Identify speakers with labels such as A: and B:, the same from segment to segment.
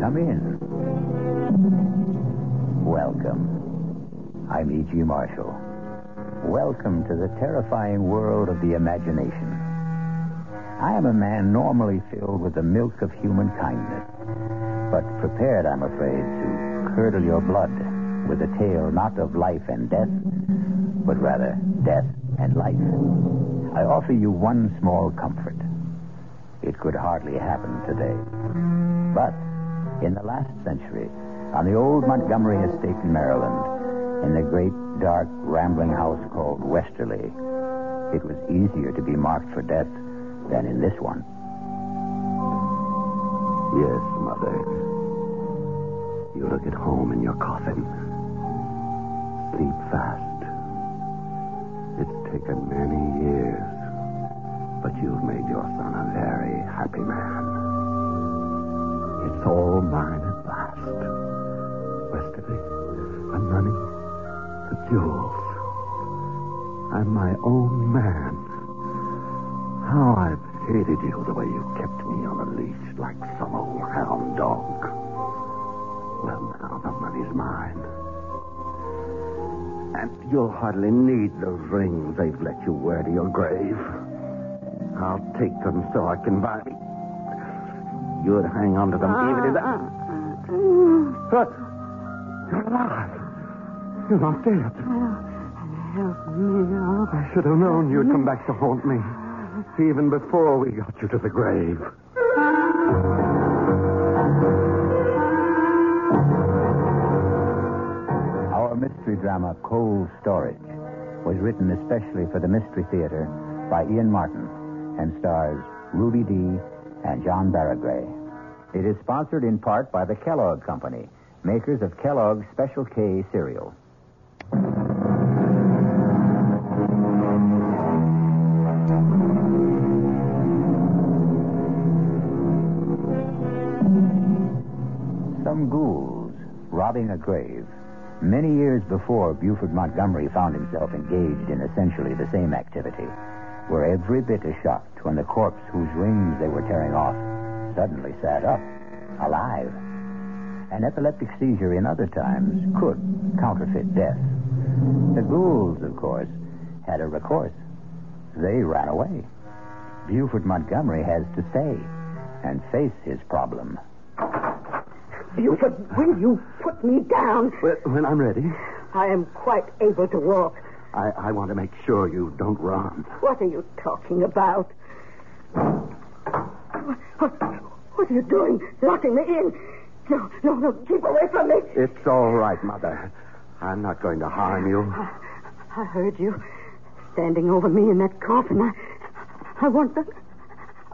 A: Come in. Welcome. I'm E.G. Marshall. Welcome to the terrifying world of the imagination. I am a man normally filled with the milk of human kindness, but prepared, I'm afraid, to curdle your blood with a tale not of life and death, but rather death and life. I offer you one small comfort. It could hardly happen today. But in the last century, on the old Montgomery estate in Maryland, in the great, dark, rambling house called Westerly, it was easier to be marked for death than in this one.
B: Yes, Mother. You look at home in your coffin. Sleep fast. It's taken many years, but you've made your son a very happy man. It's all mine at last. Westerly, the money, the jewels. I'm my own man. How I've hated you the way you kept me on a leash like some old hound dog. Well, now the money's mine. And you'll hardly need those rings they've let you wear to your grave. I'll take them so I can buy. You'd hang on to them even if. But you're alive. You're not dead.
C: Help me, Al.
B: I should have known you'd come back to haunt me, even before we got you to the grave.
A: Our mystery drama, Cold Storage, was written especially for the Mystery Theater by Ian Martin and stars Ruby Dee and John Barragray. It is sponsored in part by the Kellogg Company, makers of Kellogg's Special K cereal. Some ghouls robbing a grave. Many years before Buford Montgomery found himself engaged in essentially the same activity, were every bit as shocked when the corpse whose rings they were tearing off suddenly sat up, alive. An epileptic seizure in other times could counterfeit death. The ghouls, of course, had a recourse. They ran away. Buford Montgomery has to stay and face his problem.
C: Buford, will you put me down?
B: Well, Uh, when I'm ready,
C: I am quite able to walk.
B: I, I want to make sure you don't run.
C: What are you talking about? What, what are you doing? Locking me in? No, no, no. Keep away from me.
B: It's all right, Mother. I'm not going to harm you.
C: I heard you standing over me in that coffin. I, I want the.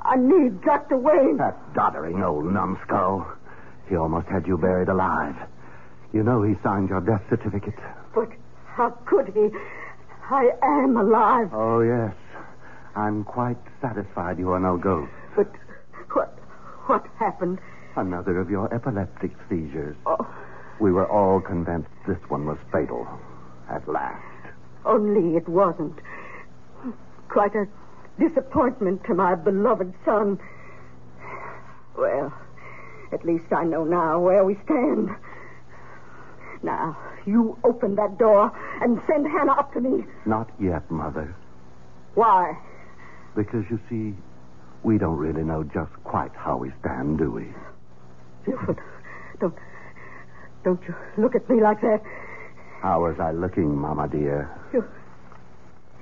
C: I need Dr. Wayne.
B: That doddering old numbskull. He almost had you buried alive. You know he signed your death certificate.
C: But how could he? I am alive.
B: Oh, yes. I'm quite satisfied you are no ghost.
C: But what what happened?
B: Another of your epileptic seizures.
C: Oh,
B: We were all convinced this one was fatal. At last.
C: only it wasn't. Quite a disappointment to my beloved son. Well, at least I know now where we stand. Now, you open that door and send Hannah up to me.
B: Not yet, Mother.
C: Why?
B: Because, you see, we don't really know just quite how we stand, do we?
C: Buford, don't don't you look at me like that.
B: How was I looking, Mama dear?
C: You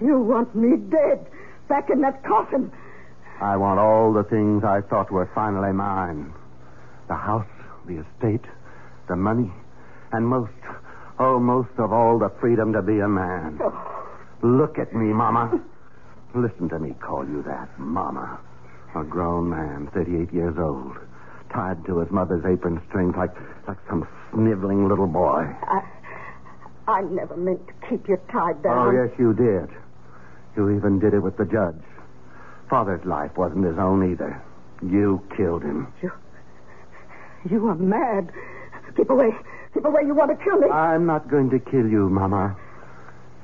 C: you want me dead back in that coffin.
B: I want all the things I thought were finally mine the house, the estate, the money, and most, oh, most of all, the freedom to be a man.
C: Oh,
B: Look at me, Mama. Listen to me call you that, Mama. A grown man, 38 years old, tied to his mother's apron strings like, like some sniveling little boy.
C: I I never meant to keep you tied down.
B: Oh, yes, you did. You even did it with the judge. Father's life wasn't his own either. You killed him.
C: You are mad. Keep away. Keep away. You want to kill me.
B: I'm not going to kill you, Mama.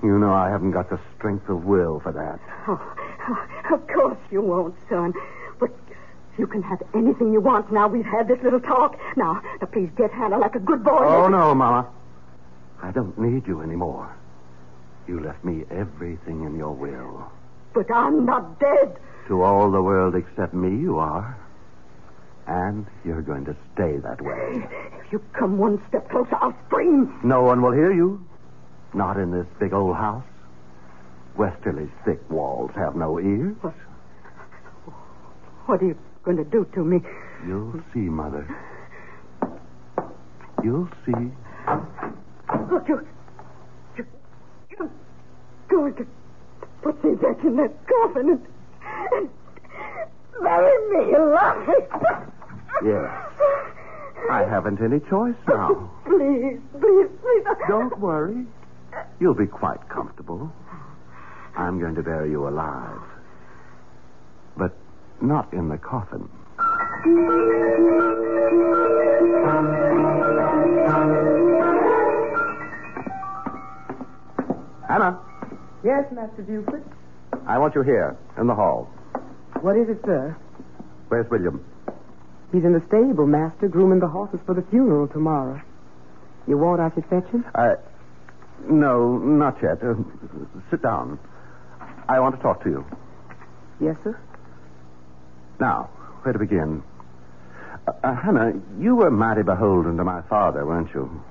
B: You know I haven't got the strength of will for that.
C: Oh, of course you won't, son. But
D: You can have anything you want now. We've had this little talk. Now, now please get Hannah like a good boy.
B: Oh, no, Mama. I don't need you anymore. You left me everything in your will.
D: But I'm not dead.
B: To all the world except me, you are. And you're going to stay that way.
D: If you come one step closer, I'll scream.
B: No one will hear you. Not in this big old house. Westerly's thick walls have no ears.
D: What? What are you going to do to me?
B: You'll see, Mother. You'll see.
D: Look, you, you, you're going to put me back in that coffin and, and bury me alive.
B: Yes. I haven't any choice now.
D: Please, please, please.
B: Don't worry. You'll be quite comfortable. I'm going to bury you alive. But not in the coffin. Hannah,
C: Yes, Master Buford.
B: I want you here, in the hall.
C: What is it, sir?
B: Where's William?
C: He's in the stable, Master, grooming the horses for the funeral tomorrow. You want I should fetch him?
B: Uh, no, not yet. Uh, sit down. I want to talk to you.
C: Yes, sir.
B: Now, where to begin? Uh, uh, Hannah, you were mighty beholden to my father, weren't you?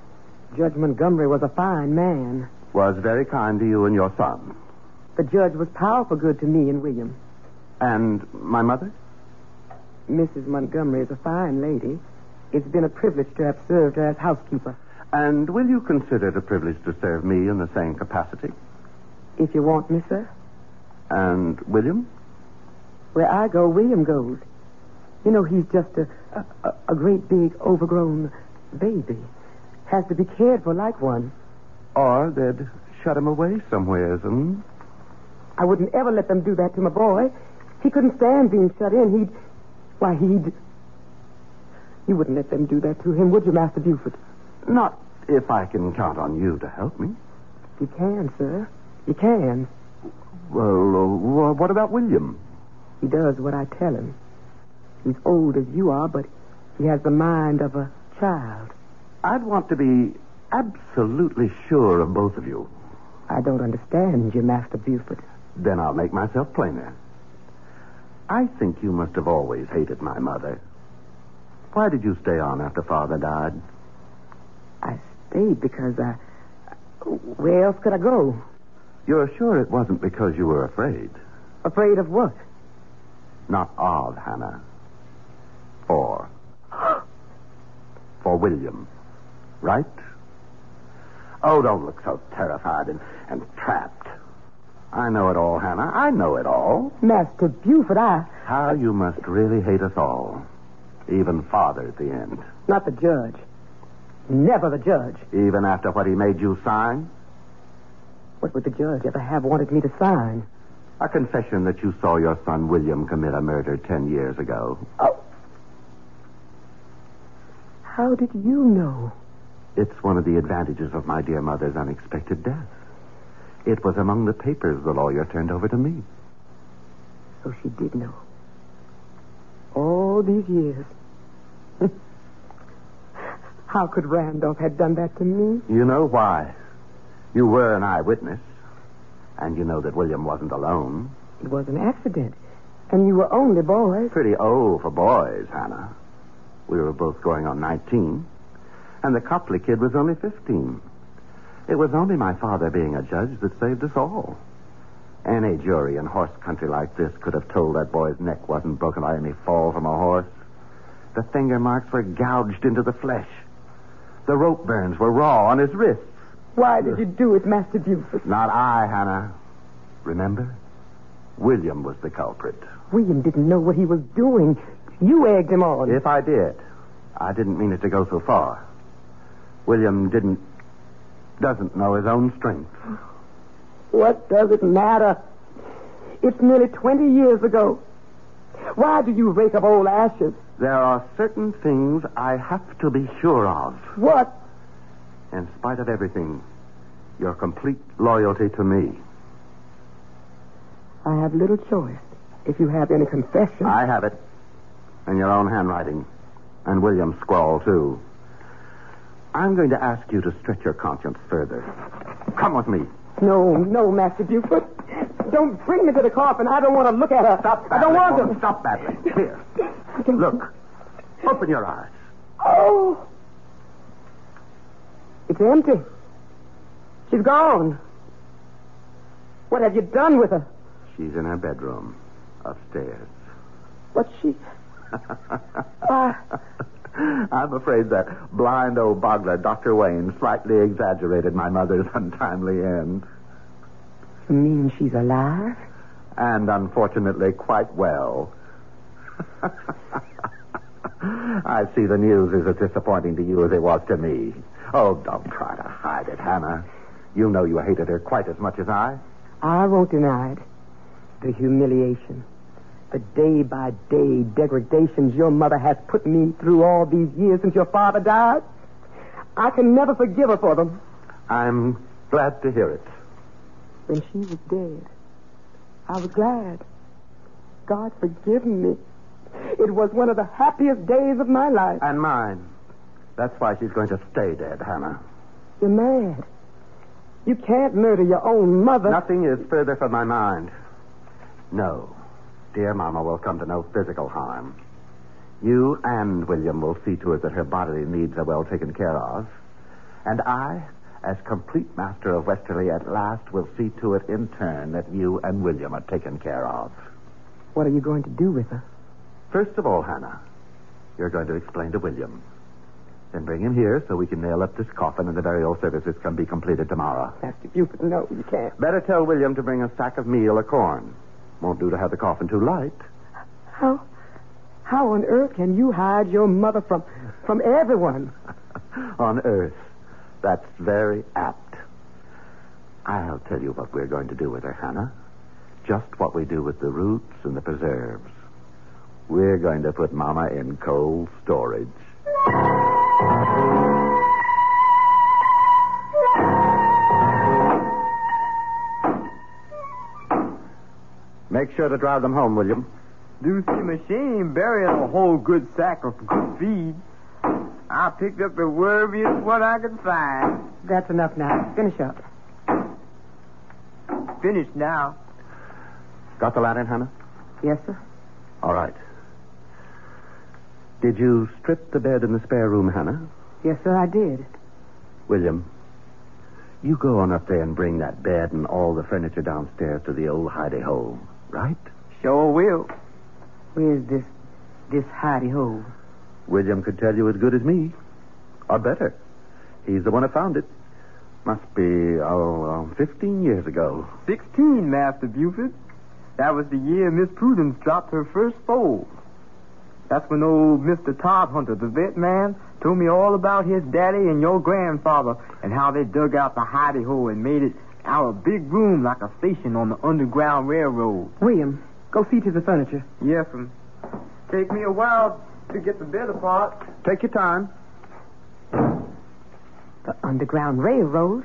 C: Judge Montgomery was a fine man.
B: Was very kind to you and your son.
C: The judge was powerful good to me and William.
B: And my mother?
C: Mrs. Montgomery is a fine lady. It's been a privilege to have served her as housekeeper.
B: And will you consider it a privilege to serve me in the same capacity?
C: If you want me, sir.
B: And William?
C: Where I go, William goes. You know, he's just a, a, a great big overgrown baby. Has to be cared for like one.
B: Or they'd shut him away somewheres and.
C: I wouldn't ever let them do that to my boy. He couldn't stand being shut in. He'd. Why, he'd. You wouldn't let them do that to him, would you, Master Buford?
B: Not if I can count on you to help me.
C: You can, sir. You can.
B: Well, uh, wh- what about William?
C: He does what I tell him. He's old as you are, but he has the mind of a child.
B: I'd want to be absolutely sure of both of you.
C: I don't understand you, Master Buford.
B: Then I'll make myself plainer. I think you must have always hated my mother. Why did you stay on after father died?
C: I stayed because I. Where else could I go?
B: You're sure it wasn't because you were afraid?
C: Afraid of what?
B: Not of Hannah. Or. for William. Right? Oh, don't look so terrified and, and trapped. I know it all, Hannah. I know it all.
C: Master Buford, I.
B: How you must really hate us all. Even father at the end.
C: Not the judge. Never the judge.
B: Even after what he made you sign?
C: What would the judge ever have wanted me to sign?
B: A confession that you saw your son William commit a murder ten years ago.
C: Oh. How did you know?
B: It's one of the advantages of my dear mother's unexpected death. It was among the papers the lawyer turned over to me.
C: So Oh, she did know. All these years. How could Randolph have done that to me?
B: You know why. You were an eyewitness. And you know that William wasn't alone.
C: It was an accident. And you were only boys.
B: Pretty old for boys, Hannah. We were both going on 19. And the Copley kid was only 15. It was only my father being a judge that saved us all. Any jury in horse country like this could have told that boy's neck wasn't broken by any fall from a horse. The finger marks were gouged into the flesh. The rope burns were raw on his wrists.
C: Why did you do it, Master Buford?
B: Not I, Hannah. Remember? William was the culprit.
C: William didn't know what he was doing. You egged him on.
B: If I did, I didn't mean it to go so far. William didn't. doesn't know his own strength.
C: What does it matter? It's nearly 20 years ago. Why do you rake up old ashes?
B: There are certain things I have to be sure of.
C: What?
B: In spite of everything, your complete loyalty to me.
C: I have little choice. If you have any confession.
B: I have it. in your own handwriting. And William's scrawl, too. I'm going to ask you to stretch your conscience further. Come with me.
C: No, no, Master Buford. Don't bring me to the coffin. I don't want to look at her.
B: Stop
C: I
B: babbling,
C: don't want
B: woman.
C: to.
B: Stop babbling. Here. Look. Open your eyes.
C: Oh! It's empty. She's gone. What have you done with her?
B: She's in her bedroom upstairs.
C: What's she? ah. Why,
B: I'm afraid that blind old boggler, Dr. Wayne, slightly exaggerated my mother's untimely end.
C: you mean she's alive?
B: And unfortunately, quite well. I see the news is as disappointing to you as it was to me. Oh, don't try to hide it, Hannah. You know you hated her quite as much as I.
C: I won't deny it. The humiliation, the day by day degradations your mother has put me through all these years since your father died. I can never forgive her for them.
B: I'm glad to hear it.
C: When she was dead, I was glad. God forgive me. It was one of the happiest days of my life.
B: And mine. That's why she's going to stay dead, Hannah.
C: You're mad. You can't murder your own mother.
B: Nothing is further from my mind. No. Dear Mama will come to no physical harm. You and William will see to it that her bodily needs are well taken care of. And I, as complete master of Westerly at last, will see to it in turn that you and William are taken care of.
C: What are you going to do with her?
B: First of all, Hannah, you're going to explain to William. Then bring him here so we can nail up this coffin and the burial services can be completed tomorrow.
C: Master Buford, no, you can't.
B: Better tell William to bring a sack of meal or corn. Won't do to have the coffin too light.
C: How? How on earth can you hide your mother from from everyone?
B: On earth. That's very apt. I'll tell you what we're going to do with her, Hannah. Just what we do with the roots and the preserves. We're going to put Mama in cold storage. Make sure to drive them home, William.
E: Do seem a shame burying a whole good sack of good feed. I picked up the wormiest one I could find.
C: That's enough now. Finish up.
E: Finished now.
B: Got the lantern, Hannah?
C: Yes, sir.
B: All right. Did you strip the bed in the spare room, Hannah?
C: Yes, sir. I did.
B: William, you go on up there and bring that bed and all the furniture downstairs to the old hidey hole, right?
E: Sure will.
C: Where's this this hidey hole?
B: William could tell you as good as me, or better. He's the one who found it. Must be, oh, uh, 15 years ago.
E: Sixteen, Master Buford. That was the year Miss Prudence dropped her first foal. That's when old Mr. Todd Hunter, the vet man, told me all about his daddy and your grandfather and how they dug out the hidey hole and made it our big room like a station on the Underground Railroad.
C: William, go see to the furniture.
E: Yes, ma'am. Take me a while to get the bed apart.
B: Take your time.
C: The Underground Railroad.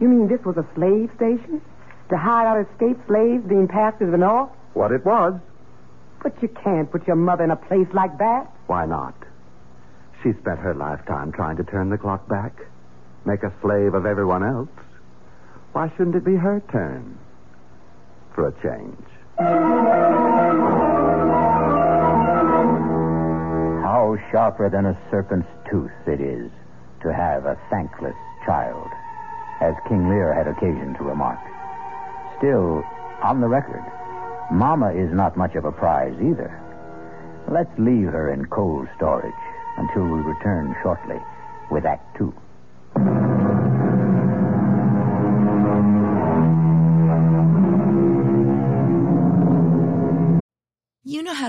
C: You mean this was a slave station to hide out escaped slaves being passive and all?
B: What it was.
C: But you can't put your mother in a place like that.
B: Why not? She spent her lifetime trying to turn the clock back, make a slave of everyone else. Why shouldn't it be her turn? For a change.
A: How sharper than a serpent's tooth it is to have a thankless child, as King Lear had occasion to remark. Still, on the record, Mama is not much of a prize either. Let's leave her in cold storage until we return shortly with Act Two.
F: You know how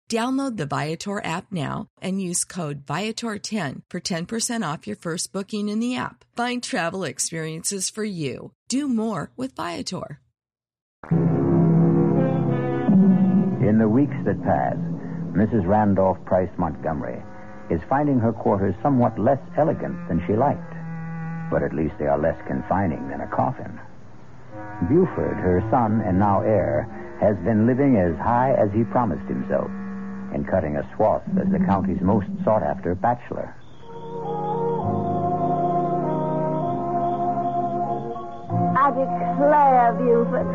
F: Download the Viator app now and use code Viator10 for 10% off your first booking in the app. Find travel experiences for you. Do more with Viator.
A: In the weeks that pass, Mrs. Randolph Price Montgomery is finding her quarters somewhat less elegant than she liked, but at least they are less confining than a coffin. Buford, her son and now heir, has been living as high as he promised himself and cutting a swath as the county's most sought after bachelor.
C: I declare, Buford,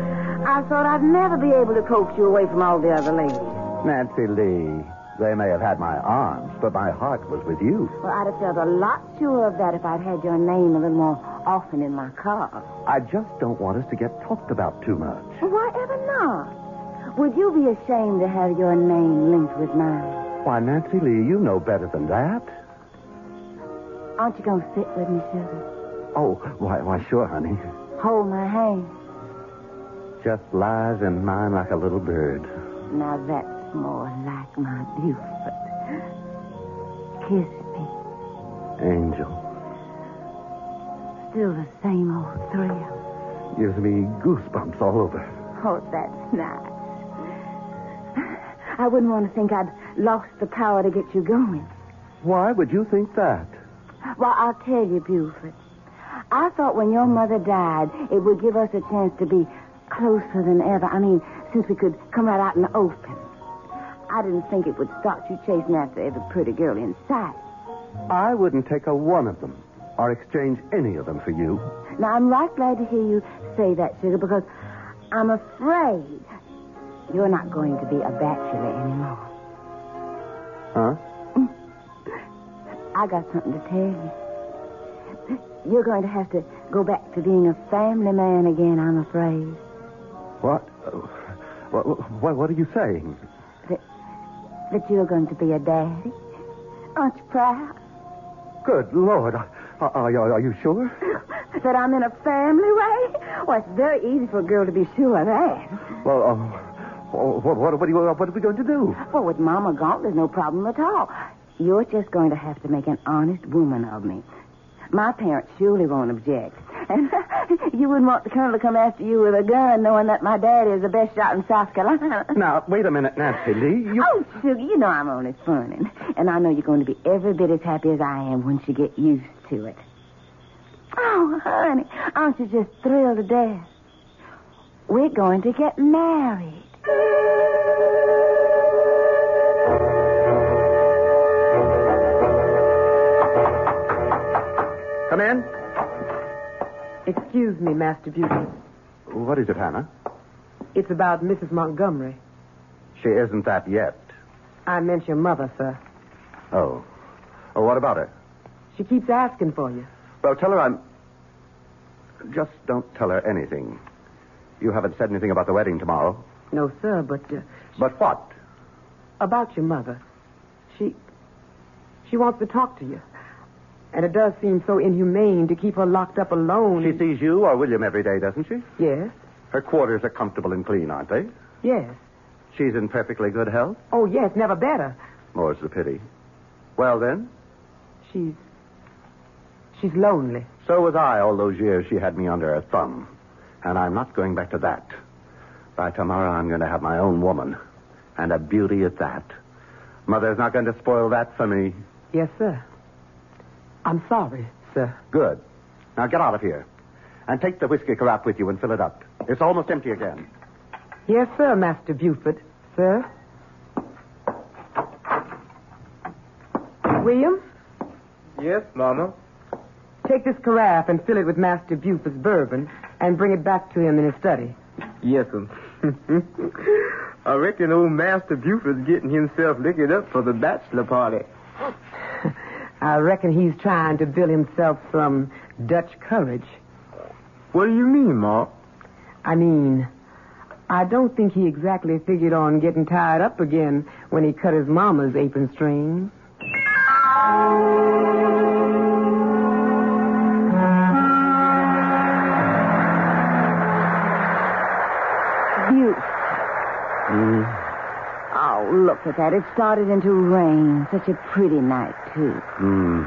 C: I thought I'd never be able to coax you away from all the other ladies.
B: Nancy Lee, they may have had my arms, but my heart was with you.
C: Well, I'd have felt a lot sure of that if I'd had your name a little more often in my car.
B: I just don't want us to get talked about too much.
C: Why ever not? Would you be ashamed to have your name linked with mine?
B: Why, Nancy Lee, you know better than that.
C: Aren't you going to sit with me, Susan?
B: Oh, why, why, sure, honey.
C: Hold my hand.
B: Just lies in mine like a little bird.
C: Now that's more like my Buford. Kiss me.
B: Angel,
C: Still the same old thrill.
B: gives me goosebumps all over.
C: Oh, that's nice. I wouldn't want to think I'd lost the power to get you going.
B: Why would you think that?
C: Well, I'll tell you, Buford. I thought when your mother died, it would give us a chance to be closer than ever. I mean, since we could come right out in the open. I didn't think it would start you chasing after every pretty girl in sight.
B: I wouldn't take a one of them or exchange any of them for you.
C: Now, I'm right glad to hear you say that, Sugar, because I'm afraid you're not going to be a bachelor anymore.
B: Huh?
C: I got something to tell you. You're going to have to go back to being a family man again, I'm afraid.
B: What? Oh, What, what, what are you saying?
C: That you're going to be a daddy. Aren't you proud
B: Good Lord. Are, are, you- are you sure?
C: that I'm in a family way? Well, it's very easy for a girl to be sure of that.
B: Well, um, what, what, what, are you, what are we going to do?
C: Well, with Mama Gaunt, there's no problem at all. You're just going to have to make an honest woman of me. My parents surely won't object. And you wouldn't want the colonel to come after you with a gun knowing that my daddy is the best shot in South Carolina.
B: Now, wait a minute, Nancy Lee. You...
C: Oh, Sugar, you know I'm only funning. And I know you're going to be every bit as happy as I am once you get used to it. Oh, honey, aren't you just thrilled to death? We're going to get married.
B: Come in.
G: Excuse me, Master Buford.
B: What is it, Hannah?
G: It's about Mrs. Montgomery.
B: She isn't that yet.
G: I meant your mother, sir.
B: Oh. Oh, what about her?
G: She keeps asking for you.
B: Well, tell her I'm. Just don't tell her anything. You haven't said anything about the wedding tomorrow.
G: No, sir, but uh,
B: But what?
G: about your mother. She she wants to talk to you. And it does seem so inhumane to keep her locked up alone.
B: She sees you or William every day, doesn't she?
G: Yes,
B: Her quarters are comfortable and clean, aren't they?
G: yes.
B: She's in perfectly good health.
G: Oh, yes, never better.
B: More's the pity. Well, then,
G: She's she's lonely.
B: so was I all those years she had me under her thumb. And I'm not going back to that. By tomorrow, I'm going to have my own woman. And a beauty at that. Mother's not going to spoil that for me.
G: Yes, sir. I'm sorry, sir.
B: Good. Now get out of here. And take the whiskey carafe with you and fill it up. It's almost empty again.
G: Yes, sir, Master Buford. Sir? William,
E: Yes, Mama.
G: take this carafe and fill it with Master Buford's bourbon and bring it back to him in his study.
E: Yes, um. I reckon old Master Buford's getting himself liquored up for the bachelor party.
C: I reckon he's trying to build himself some Dutch courage.
E: What do you mean, Ma?
C: I mean, I don't think he exactly figured on getting tied up again when he cut his mama's apron string.
H: Beautiful. Oh, look at that. It started into rain. Such a pretty night, too.
B: Hmm.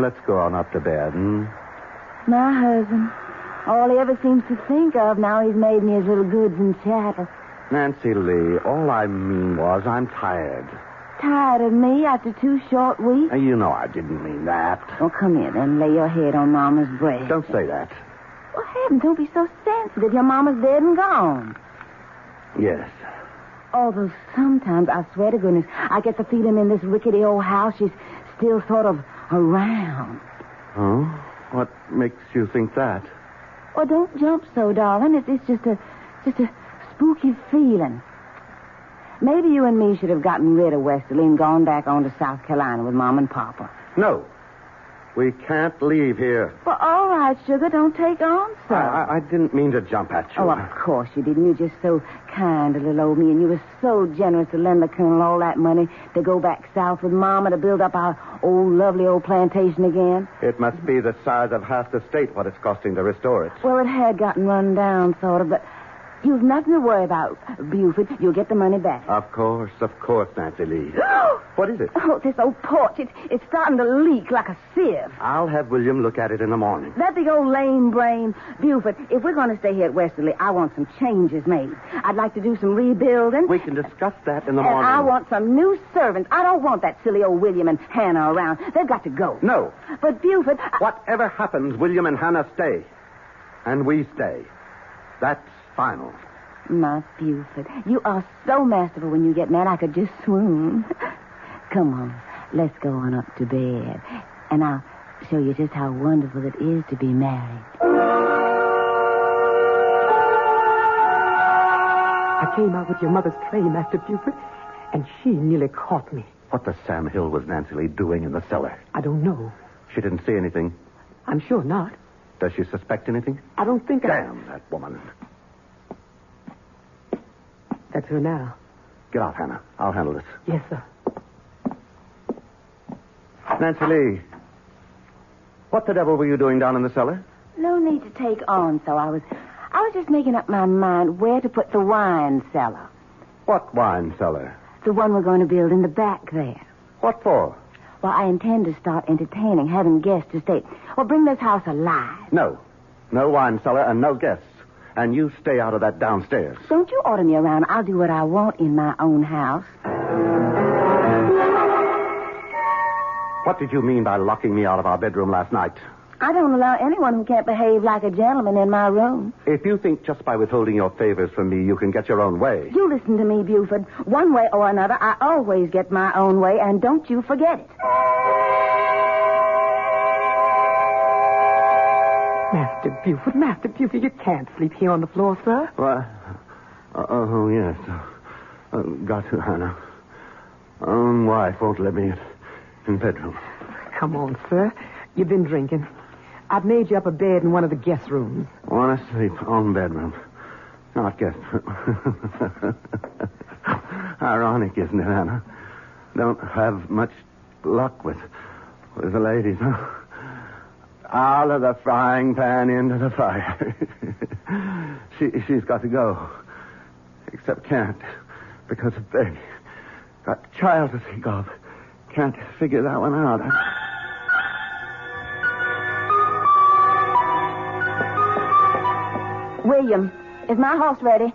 B: Let's go on up to bed, hmm?
H: My husband. All he ever seems to think of now he's made me his little goods and chattels.
B: Nancy Lee, all I mean was I'm tired.
H: Tired of me after two short weeks?
B: Now, You know I didn't mean that.
H: Oh, come here then. Lay your head on Mama's breast.
B: Don't say that.
H: Well, heaven, don't be so sensitive. Your Mama's dead and gone.
B: Yes.
H: Although sometimes, I swear to goodness, I get the feeling in this rickety old house she's still sort of around.
B: Huh? What makes you think that?
H: Well, don't jump so, darling. It's, it's just a, just a spooky feeling. Maybe you and me should have gotten rid of Westerly and gone back on to South Carolina with Mom and Papa.
B: No. We can't leave here.
H: Well, all right, sugar. Don't take on so.
B: I, I, I didn't mean to jump at you.
H: Oh, of course you didn't. You're just so kind to little old me, and you were so generous to lend the colonel all that money to go back south with Mama to build up our old, lovely old plantation again.
B: It must be the size of half the state what it's costing to restore it.
H: Well, it had gotten run down, sort of, but you've nothing to worry about, Buford. You'll get the money back.
B: Of course, of course, Nancy Lee. what is it?
H: Oh, this old porch, it's, it's starting to leak like a sieve.
B: I'll have William look at it in the morning.
H: That big old lame brain. Buford, if we're going to stay here at Westerly, I want some changes made. I'd like to do some rebuilding.
B: We can discuss that in the
H: and
B: morning.
H: I want some new servants. I don't want that silly old William and Hannah around. They've got to go.
B: No.
H: But Buford, I-
B: Whatever happens, William and Hannah stay. And we stay. That's final.
H: my Buford, you are so masterful when you get mad. I could just swoon. Come on, let's go on up to bed, and I'll show you just how wonderful it is to be married.
C: I came out with your mother's tray, Master Buford, and she nearly caught me.
B: What the Sam Hill was Nancy Lee doing in the cellar?
C: I don't know.
B: She didn't see anything.
C: I'm sure not.
B: Does she suspect anything?
C: I don't think I.
B: Damn that woman.
C: That's her now.
B: Get out, Hannah. I'll handle this.
C: Yes, sir.
B: Nancy Lee. What the devil were you doing down in the cellar?
H: No need to take on, so I was I was just making up my mind where to put the wine cellar.
B: What wine cellar?
H: The one we're going to build in the back there.
B: What for?
H: Well, I intend to start entertaining, having guests to stay. Well, bring this house alive.
B: No. No wine cellar and no guests. And you stay out of that downstairs.
H: Don't you order me around. I'll do what I want in my own house.
B: What did you mean by locking me out of our bedroom last night?
H: I don't allow anyone who can't behave like a gentleman in my room.
B: If you think just by withholding your favors from me you can get your own way,
H: You listen to me, Buford. One way or another, I always get my own way, and don't you forget it.
C: Master Buford, Master Buford, you can't sleep here on the floor, sir.
B: Well, uh, oh, yes. Uh, got to, Hannah. Um, wife won't let me in, in bedroom.
C: Come on, sir. You've been drinking. I've made you up a bed in one of the guest rooms.
B: Want to sleep on bedroom. Not guest room. Ironic, isn't it, Hannah? Don't have much luck with, with the ladies, huh? Out of the frying pan into the fire. she, she's got to go. Except can't, because of baby. Got child to think of. Can't figure that one out.
H: William, is my horse ready?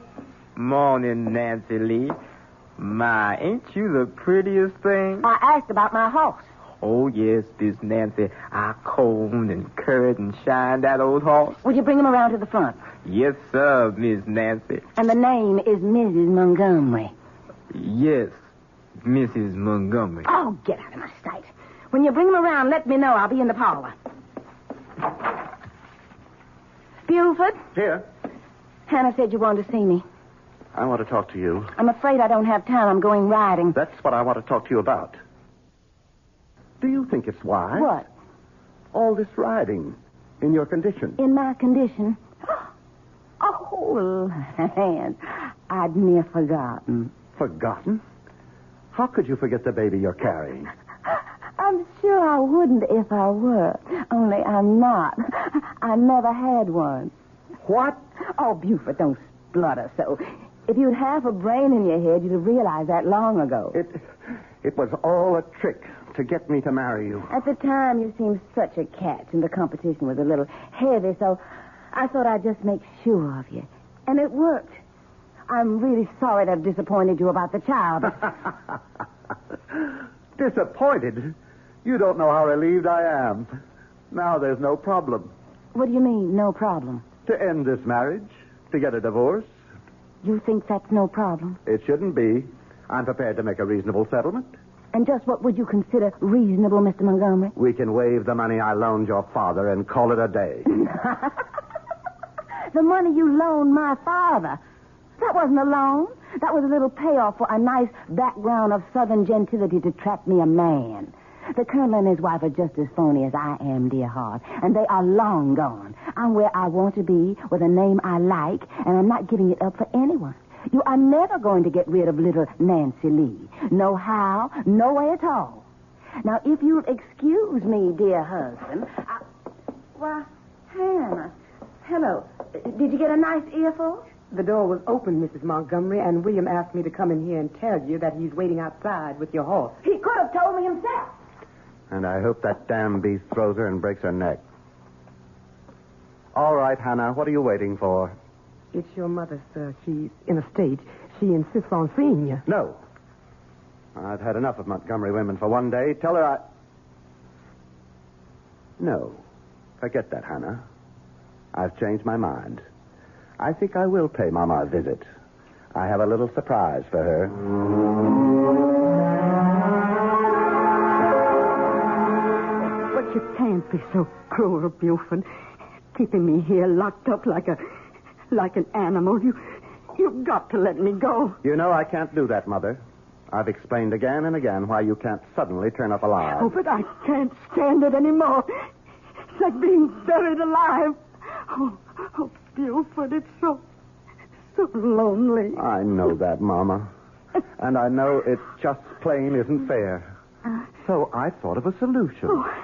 E: Morning, Nancy Lee. My, ain't you the prettiest thing?
H: I asked about my horse.
E: Oh, yes, this Nancy. I combed and curd and shined that old horse.
H: Would you bring him around to the front?
E: Yes, sir, Miss Nancy.
H: And the name is Mrs. Montgomery.
E: Yes, Mrs. Montgomery.
H: Oh, get out of my sight. When you bring him around, let me know. I'll be in the parlor. Buford,
B: Here.
H: Hannah said you wanted to see me.
B: I want to talk to you.
H: I'm afraid I don't have time. I'm going riding.
B: That's what I want to talk to you about. Do you think it's wise?
H: What?
B: All this riding in your condition.
H: In my condition. Oh, land. I'd near forgotten.
B: Forgotten? How could you forget the baby you're carrying?
H: I'm sure I wouldn't if I were. Only I'm not. I never had one.
B: What?
H: Oh, Buford, don't splutter so. If you'd half a brain in your head, you'd have realized that long ago.
B: It, it was all a trick to get me to marry you.
H: At the time, you seemed such a catch, and the competition was a little heavy, so I thought I'd just make sure of you. And it worked. I'm really sorry to have disappointed you about the child. but-
B: Disappointed? You don't know how relieved I am. Now there's no problem.
H: what do you mean, no problem?
B: To end this marriage, to get a divorce,
H: You think that's no problem?
B: it shouldn't be. I'm prepared to make a reasonable settlement.
H: And just what would you consider reasonable, Mr. Montgomery?
B: We can waive the money I loaned your father and call it a day.
H: The money you loaned my father. That wasn't a loan. That was a little payoff for a nice background of southern gentility to trap me a man. The colonel and his wife are just as phony as I am, dear heart, and they are long gone. I'm where I want to be, with a name I like, and I'm not giving it up for anyone. You are never going to get rid of little Nancy Lee. No how, no way at all. Now, if you'll excuse me, dear husband, I... Why, Hannah. Hello. Did you get a nice earful?
C: The door was open, Mrs. Montgomery, and William asked me to come in here and tell you that he's waiting outside with your horse.
H: He could have told me himself.
B: And I hope that damn beast throws her and breaks her neck. All right, Hannah, what are you waiting for?
C: It's your mother, sir. She's in a state. She insists on seeing you.
B: No. I've had enough of Montgomery women for one day. Tell her I. No. Forget that, Hannah. I've changed my mind. I think I will pay Mama a visit. I have a little surprise for her.
D: But you can't be so cruel, Buford. Keeping me here locked up like a like an animal. You you've got to let me go.
B: You know I can't do that, Mother. I've explained again and again why you can't suddenly turn up alive.
D: Oh, but I can't stand it anymore. It's like being buried alive. Oh, oh Buford, it's so so lonely.
B: I know that, Mama. And I know it just plain isn't fair.
D: Uh.
B: So I thought of a solution.
D: Oh,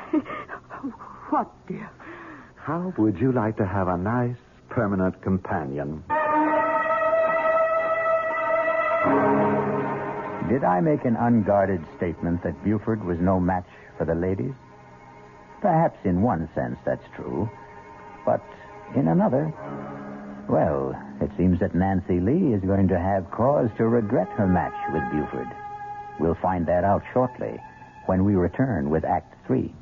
D: What, dear?
B: How would you like to have a nice, permanent companion?
A: Did I make an unguarded statement that Buford was no match for the ladies? Perhaps in one sense that's true, but in another, well, it seems that Nancy Lee is going to have cause to regret her match with Buford. We'll find that out shortly when we return with Act Three.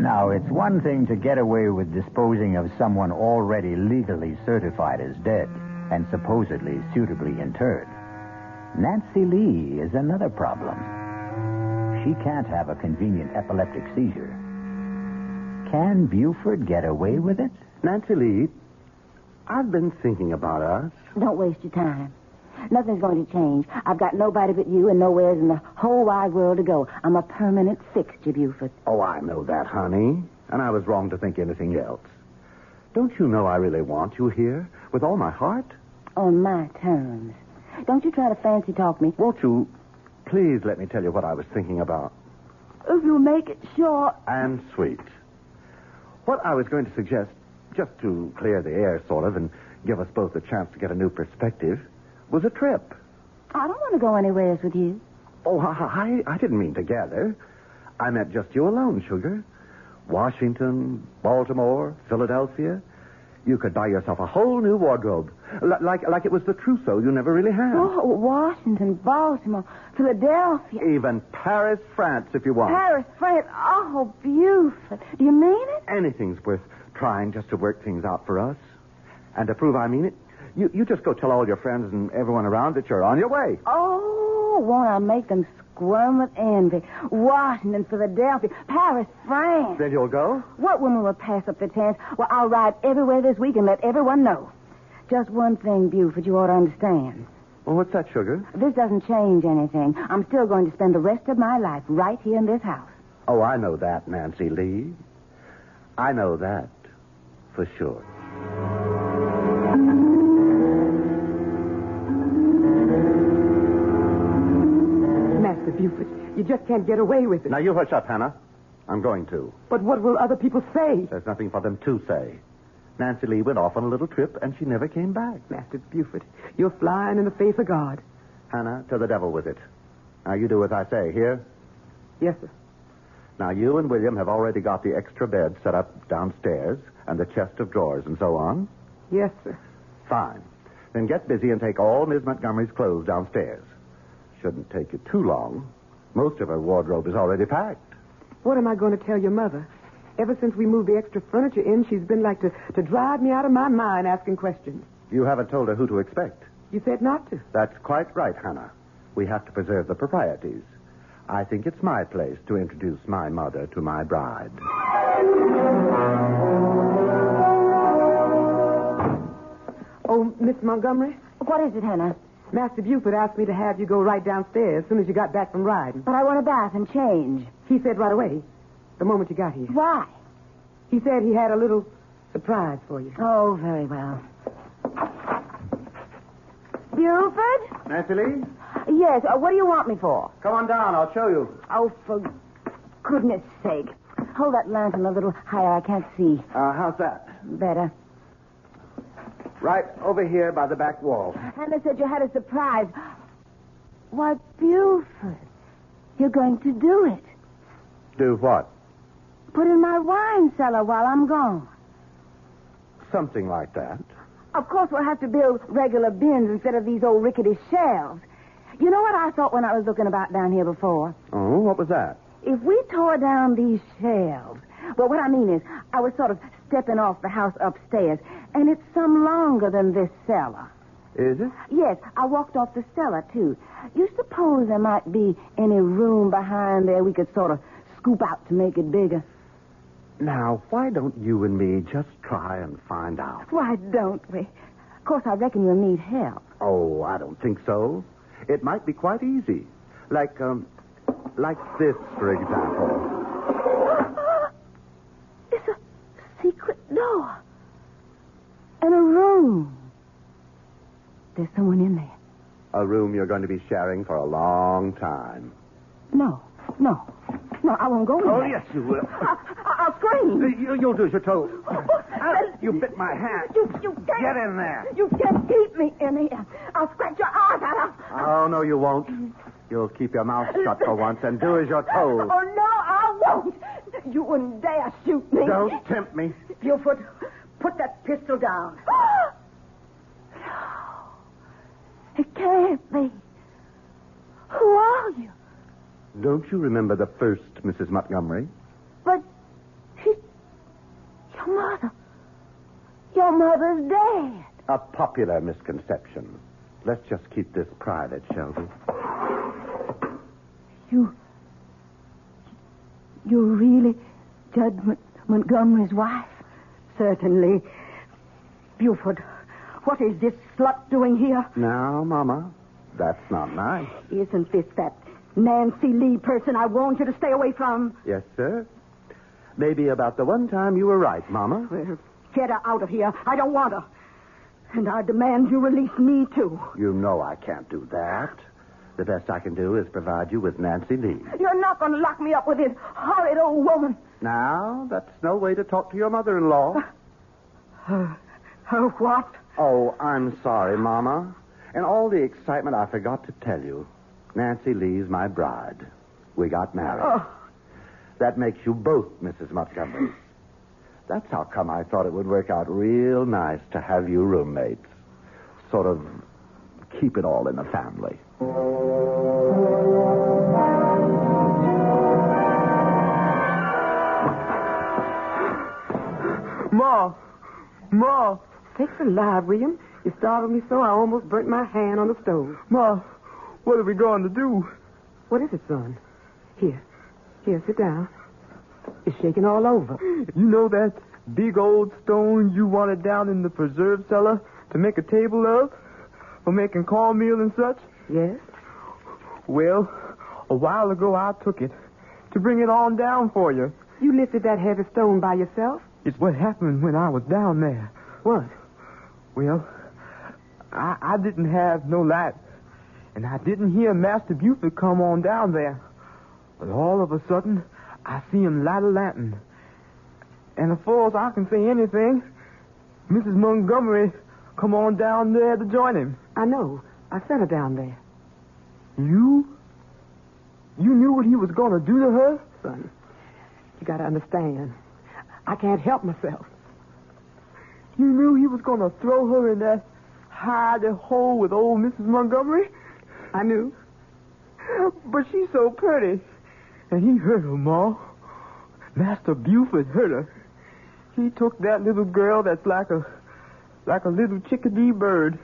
A: Now, it's one thing to get away with disposing of someone already legally certified as dead and supposedly suitably interred. Nancy Lee is another problem. She can't have a convenient epileptic seizure. Can Buford get away with it?
B: Nancy Lee, I've been thinking about us.
H: Don't waste your time. Nothing's going to change. I've got nobody but you and nowhere in the whole wide world to go. I'm a permanent fixture, Buford.
B: Oh, I know that, honey. And I was wrong to think anything else. Don't you know I really want you here with all my heart?
H: On my terms. Don't you try to fancy talk me.
B: Won't you please let me tell you what I was thinking about?
H: If you make it short.
B: and sweet. What I was going to suggest, just to clear the air, sort of, and give us both a chance to get a new perspective, was a trip.
H: I don't want to go anywhere else with you.
B: Oh, I, I I didn't mean together. I meant just you alone, sugar. Washington, Baltimore, Philadelphia. You could buy yourself a whole new wardrobe, L- like like it was the trousseau you never really had.
H: Oh, Washington, Baltimore, Philadelphia,
B: Even Paris, France, if you want.
H: Paris, France. Oh, Buford. Do you mean it?
B: anything's worth trying just to work things out for us. And to prove I mean it, you, you just go tell all your friends and everyone around that you're on your way.
H: Oh, Oh, won't I make them squirm with envy? Washington, Philadelphia, Paris, France.
I: Then you'll go?
H: What woman will pass up the chance? Well, I'll ride everywhere this week and let everyone know. Just one thing, Buford, you ought to understand.
I: Well, what's that, sugar?
H: This doesn't change anything. I'm still going to spend the rest of my life right here in this house.
B: Oh, I know that, Nancy Lee. I know that for sure.
C: Master Buford, you just can't get away with it.
B: Now, you hush up, Hannah. I'm going to.
C: But what will other people say?
B: There's nothing for them to say. Nancy Lee went off on a little trip, and she never came back.
C: Master Buford, you're flying in the face of God.
B: Hannah, to the devil with it. Now, you do as I say, here?
C: Yes, sir.
B: Now, you and William have already got the extra bed set up downstairs and the chest of drawers and so on.
C: Yes, sir.
B: Fine. Then get busy and take all Miss Montgomery's clothes downstairs. Shouldn't take you too long. Most of her wardrobe is already packed.
C: What am I going to tell your mother? Ever since we moved the extra furniture in, she's been like to, to drive me out of my mind asking questions.
B: You haven't told her who to expect.
C: You said not to.
B: That's quite right, Hannah. We have to preserve the proprieties. I think it's my place to introduce my mother to my bride.
C: Oh, Miss Montgomery,
H: What is it, Hannah?
C: Master Buford asked me to have you go right downstairs as soon as you got back from riding.
H: But I want a bath and change.
C: He said right away, the moment you got here.
H: Why?
C: He said he had a little surprise for you.
H: Oh, very well. Buford?
B: Nancy Lee,
H: Yes, uh, what do you want me for?
B: come on down. I'll show you.
H: Oh, for goodness sake. Hold that lantern a little higher. I can't see
B: Uh, how's that?
H: better.
B: Right over here by the back wall.
H: Hannah said you had a surprise. Why, Buford, you're going to do it.
B: Do what?
H: Put in my wine cellar while I'm gone.
B: Something like that.
H: Of course, we'll have to build regular bins instead of these old rickety shelves. You know what I thought when I was looking about down here before?
B: Oh, what was that?
H: If we tore down these shelves, well, what I mean is, I was sort of stepping off the house upstairs, and it's some longer than this cellar.
B: Is it?
H: Yes, I walked off the cellar, too. You suppose there might be any room behind there we could sort of scoop out to make it bigger?
B: Now, why don't you and me just try and find out?
H: Why don't we? Of course, I reckon you'll need help.
B: Oh, I don't think so. It might be quite easy. Like, um, like this, for example.
H: It's a secret door. And a room. There's someone in there.
B: A room you're going to be sharing for a long time.
H: No, no. No, I won't go in there.
B: Oh, you will.
H: I, I, will scream.
B: You, you'll do as you're told. Ow, you bit my hand.
H: You, you can't.
B: Get in there.
H: You can't keep me in here. I'll scratch your eyes out. I'll,
B: Oh, no, you won't. You'll keep your mouth shut for once and do as you're told.
H: Oh, no, I won't. You wouldn't dare shoot me.
B: Don't tempt me.
H: Buford, put that pistol down. no. It can't be. Who are you?
B: Don't you remember the first Mrs. Montgomery?
H: But she. Your mother. Your mother's dead.
B: A popular misconception. Let's just keep this private, shall we?
H: You. You really Judge Mon- Montgomery's wife?
D: Certainly. Buford, what is this slut doing here?
B: Now, Mama, that's not nice.
D: Isn't this that Nancy Lee person I warned you to stay away from?
B: Yes, sir. Maybe about the one time you were right, Mama.
D: Well, get her out of here. I don't want her. And I demand you release me, too.
B: You know I can't do that. The best I can do is provide you with Nancy Lee.
H: You're not going to lock me up with this horrid old woman.
B: Now, that's no way to talk to your mother in law.
D: Her what?
B: Oh, I'm sorry, Mama. In all the excitement, I forgot to tell you. Nancy Lee's my bride. We got married. That makes you both Mrs. Montgomery. That's how come I thought it would work out real nice to have you roommates. Sort of keep it all in the family.
C: Ma! Ma! Take the live, William. You startled me so I almost burnt my hand on the stove.
E: Ma, What are we going to do?
C: What is it, son? Here. Here, sit down. It's shaking all over.
E: You know that big old stone you wanted down in the preserve cellar to make a table of? For making cornmeal and such?
C: Yes?
E: Well, a while ago I took it to bring it on down for you.
C: You lifted that heavy stone by yourself?
E: It's what happened when I was down there.
C: What?
E: Well, I, I didn't have no light, and I didn't hear Master Buford come on down there. But all of a sudden, I see him light a lantern. And as far as I can say anything, Mrs. Montgomery come on down there to join him.
C: I know. I sent her down there.
E: You? You knew what he was going to do to her?
C: Son, you got to understand. I can't help myself.
E: You knew he was going to throw her in that hide hole Oh, with old Mrs. Montgomery?
C: I knew.
E: But she's so pretty. And he hurt her, Ma. Master Buford hurt her. He took that little girl that's like a like a little chickadee bird.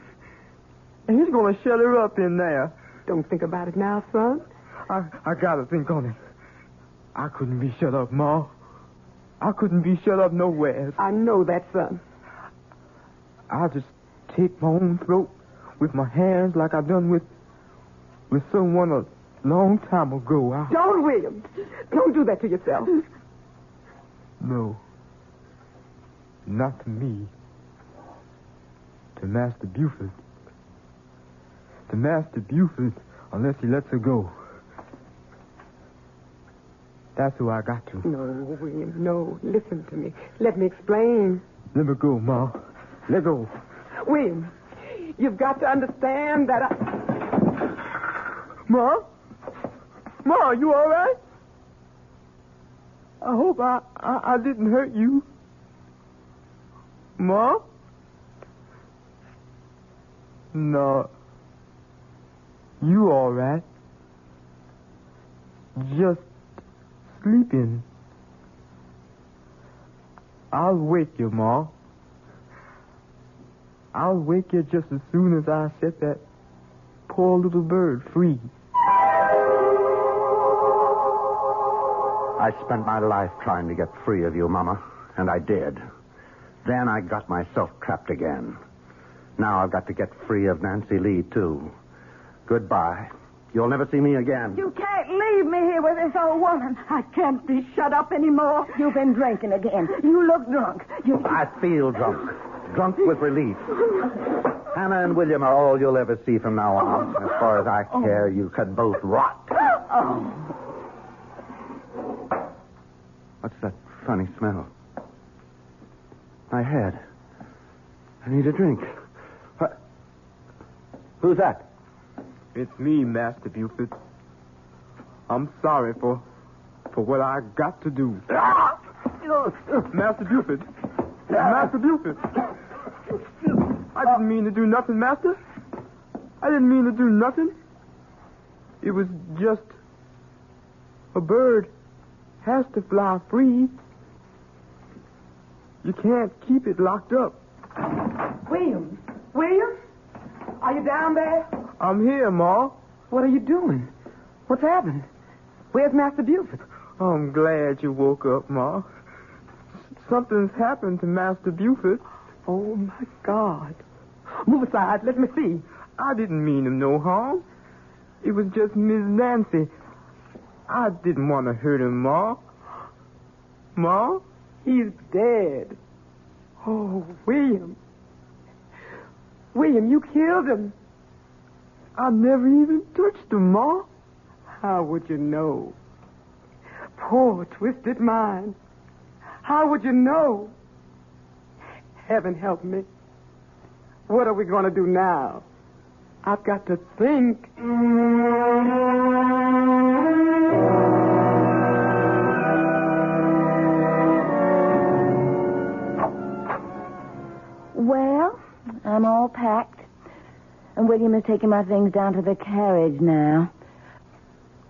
E: And he's gonna shut her up in there.
C: Don't think about it now, son.
E: I, I gotta think on it. I couldn't be shut up, Ma. I couldn't be shut up nowhere.
C: I know that, son.
E: I just take my own throat with my hands like I done with with someone a long time ago. I,
C: Don't, William. Don't do that to yourself.
E: no. Not to me. To Master Buford. To Master Buford, unless he lets her go. That's who I got to.
C: No, William, no. Listen to me. Let me explain.
E: Let me go, Ma. Let go.
C: William, you've got to understand that I.
E: Ma? Ma, are you all right? I hope I, I, I didn't hurt you. Ma? No. You all right? Just sleeping. I'll wake you, Ma. I'll wake you just as soon as I set that poor little bird free.
B: I spent my life trying to get free of you, Mama, and I did. Then I got myself trapped again. Now I've got to get free of Nancy Lee, too. Goodbye. You'll never see me again.
H: You can't leave me here with this old woman.
D: I can't be shut up anymore.
H: You've been drinking again. You look drunk. You
B: I feel drunk. Drunk with relief. Hannah and William are all you'll ever see from now on. As far as I care, you could both rot. What's that funny smell? My head. I need a drink. What? Who's that?
E: It's me, Master Buford. I'm sorry for for what I got to do. Master Buford. Master Buford. I didn't mean to do nothing, Master. I didn't mean to do nothing. It was just a bird has to fly free. You can't keep it locked up.
C: William, William, are you down there?
E: I'm here, Ma.
C: What are you doing? What's happened? Where's Master Buford?
E: Oh, I'm glad you woke up, Ma. Something's happened to Master Buford.
C: Oh, my God. Move aside. Let me see.
E: I didn't mean him no harm. It was just Miss Nancy. I didn't want to hurt him, Ma. Ma?
C: He's dead. Oh, William. William, you killed him.
E: I never even touched him, Ma.
C: How would you know? Poor twisted mind. How would you know? Heaven help me. What are we going to do now? I've got to think.
H: Well, I'm all packed. And William is taking my things down to the carriage now.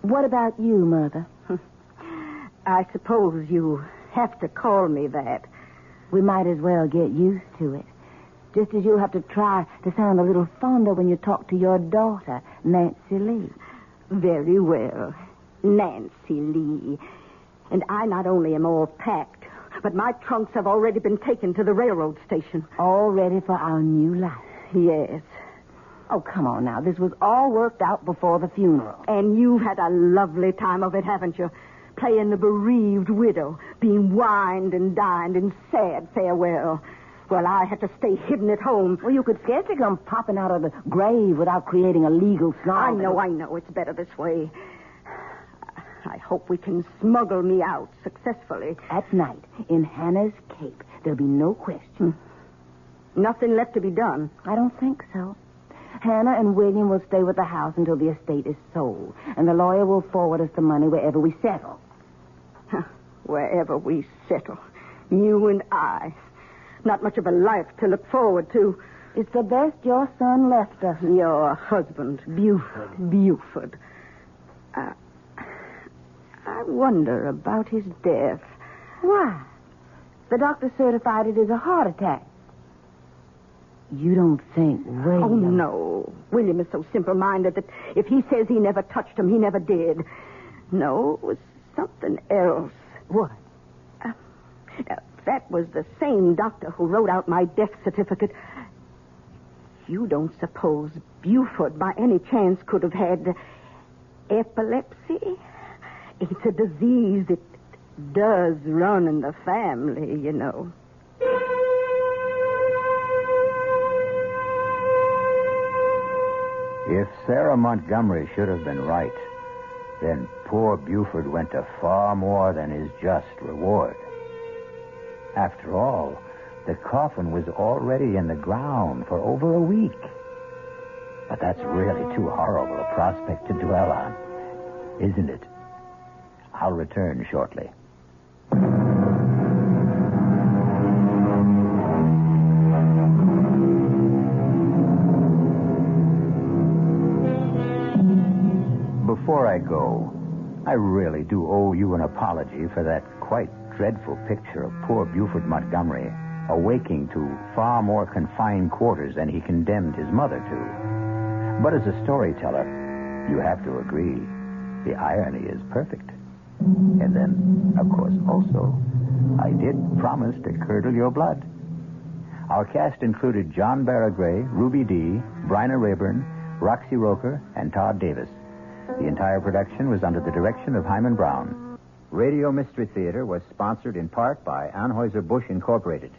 H: What about you, Mother?
D: I suppose you have to call me that.
H: We might as well get used to it. Just as you'll have to try to sound a little fonder when you talk to your daughter, Nancy Lee.
D: Very well. Nancy Lee. And I not only am all packed, but my trunks have already been taken to the railroad station.
H: All ready for our new life.
D: Yes.
H: Oh, come on now. This was all worked out before the funeral.
D: And you've had a lovely time of it, haven't you? Playing the bereaved widow, being wined and dined in sad farewell. Well, I had to stay hidden at home.
H: Well, you could scarcely come popping out of the grave without creating a legal
D: I
H: snarl.
D: know, I know. It's better this way. I hope we can smuggle me out successfully.
H: At night, in Hannah's cape, there'll be no question.
D: Hmm. Nothing left to be done.
H: I don't think so. Hannah and William will stay with the house until the estate is sold, and the lawyer will forward us the money wherever we settle.
D: Wherever we settle, you and I. Not much of a life to look forward to.
H: It's the best your son left us.
D: Your husband, Buford. Buford. Uh, I wonder about his death.
H: Why? The doctor certified it as a heart attack. You don't think William?
D: Oh, no. William is so simple minded that if he says he never touched him, he never did. No, it was something else.
H: What?
D: Uh, uh, that was the same doctor who wrote out my death certificate. You don't suppose Buford, by any chance, could have had epilepsy? It's a disease that does run in the family, you know.
A: If Sarah Montgomery should have been right, then poor Buford went to far more than his just reward. After all, the coffin was already in the ground for over a week. But that's really too horrible a prospect to dwell on, isn't it? I'll return shortly. Before I go, I really do owe you an apology for that quite dreadful picture of poor Buford Montgomery awaking to far more confined quarters than he condemned his mother to. But as a storyteller, you have to agree the irony is perfect. And then, of course, also, I did promise to curdle your blood. Our cast included John Barragray, Ruby Dee, Bryna Rayburn, Roxy Roker, and Todd Davis. The entire production was under the direction of Hyman Brown. Radio Mystery Theater was sponsored in part by Anheuser-Busch Incorporated,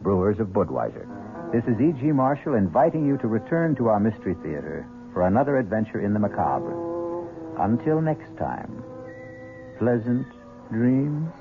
A: Brewers of Budweiser. This is E.G. Marshall inviting you to return to our Mystery Theater for another adventure in the macabre. Until next time, pleasant dreams.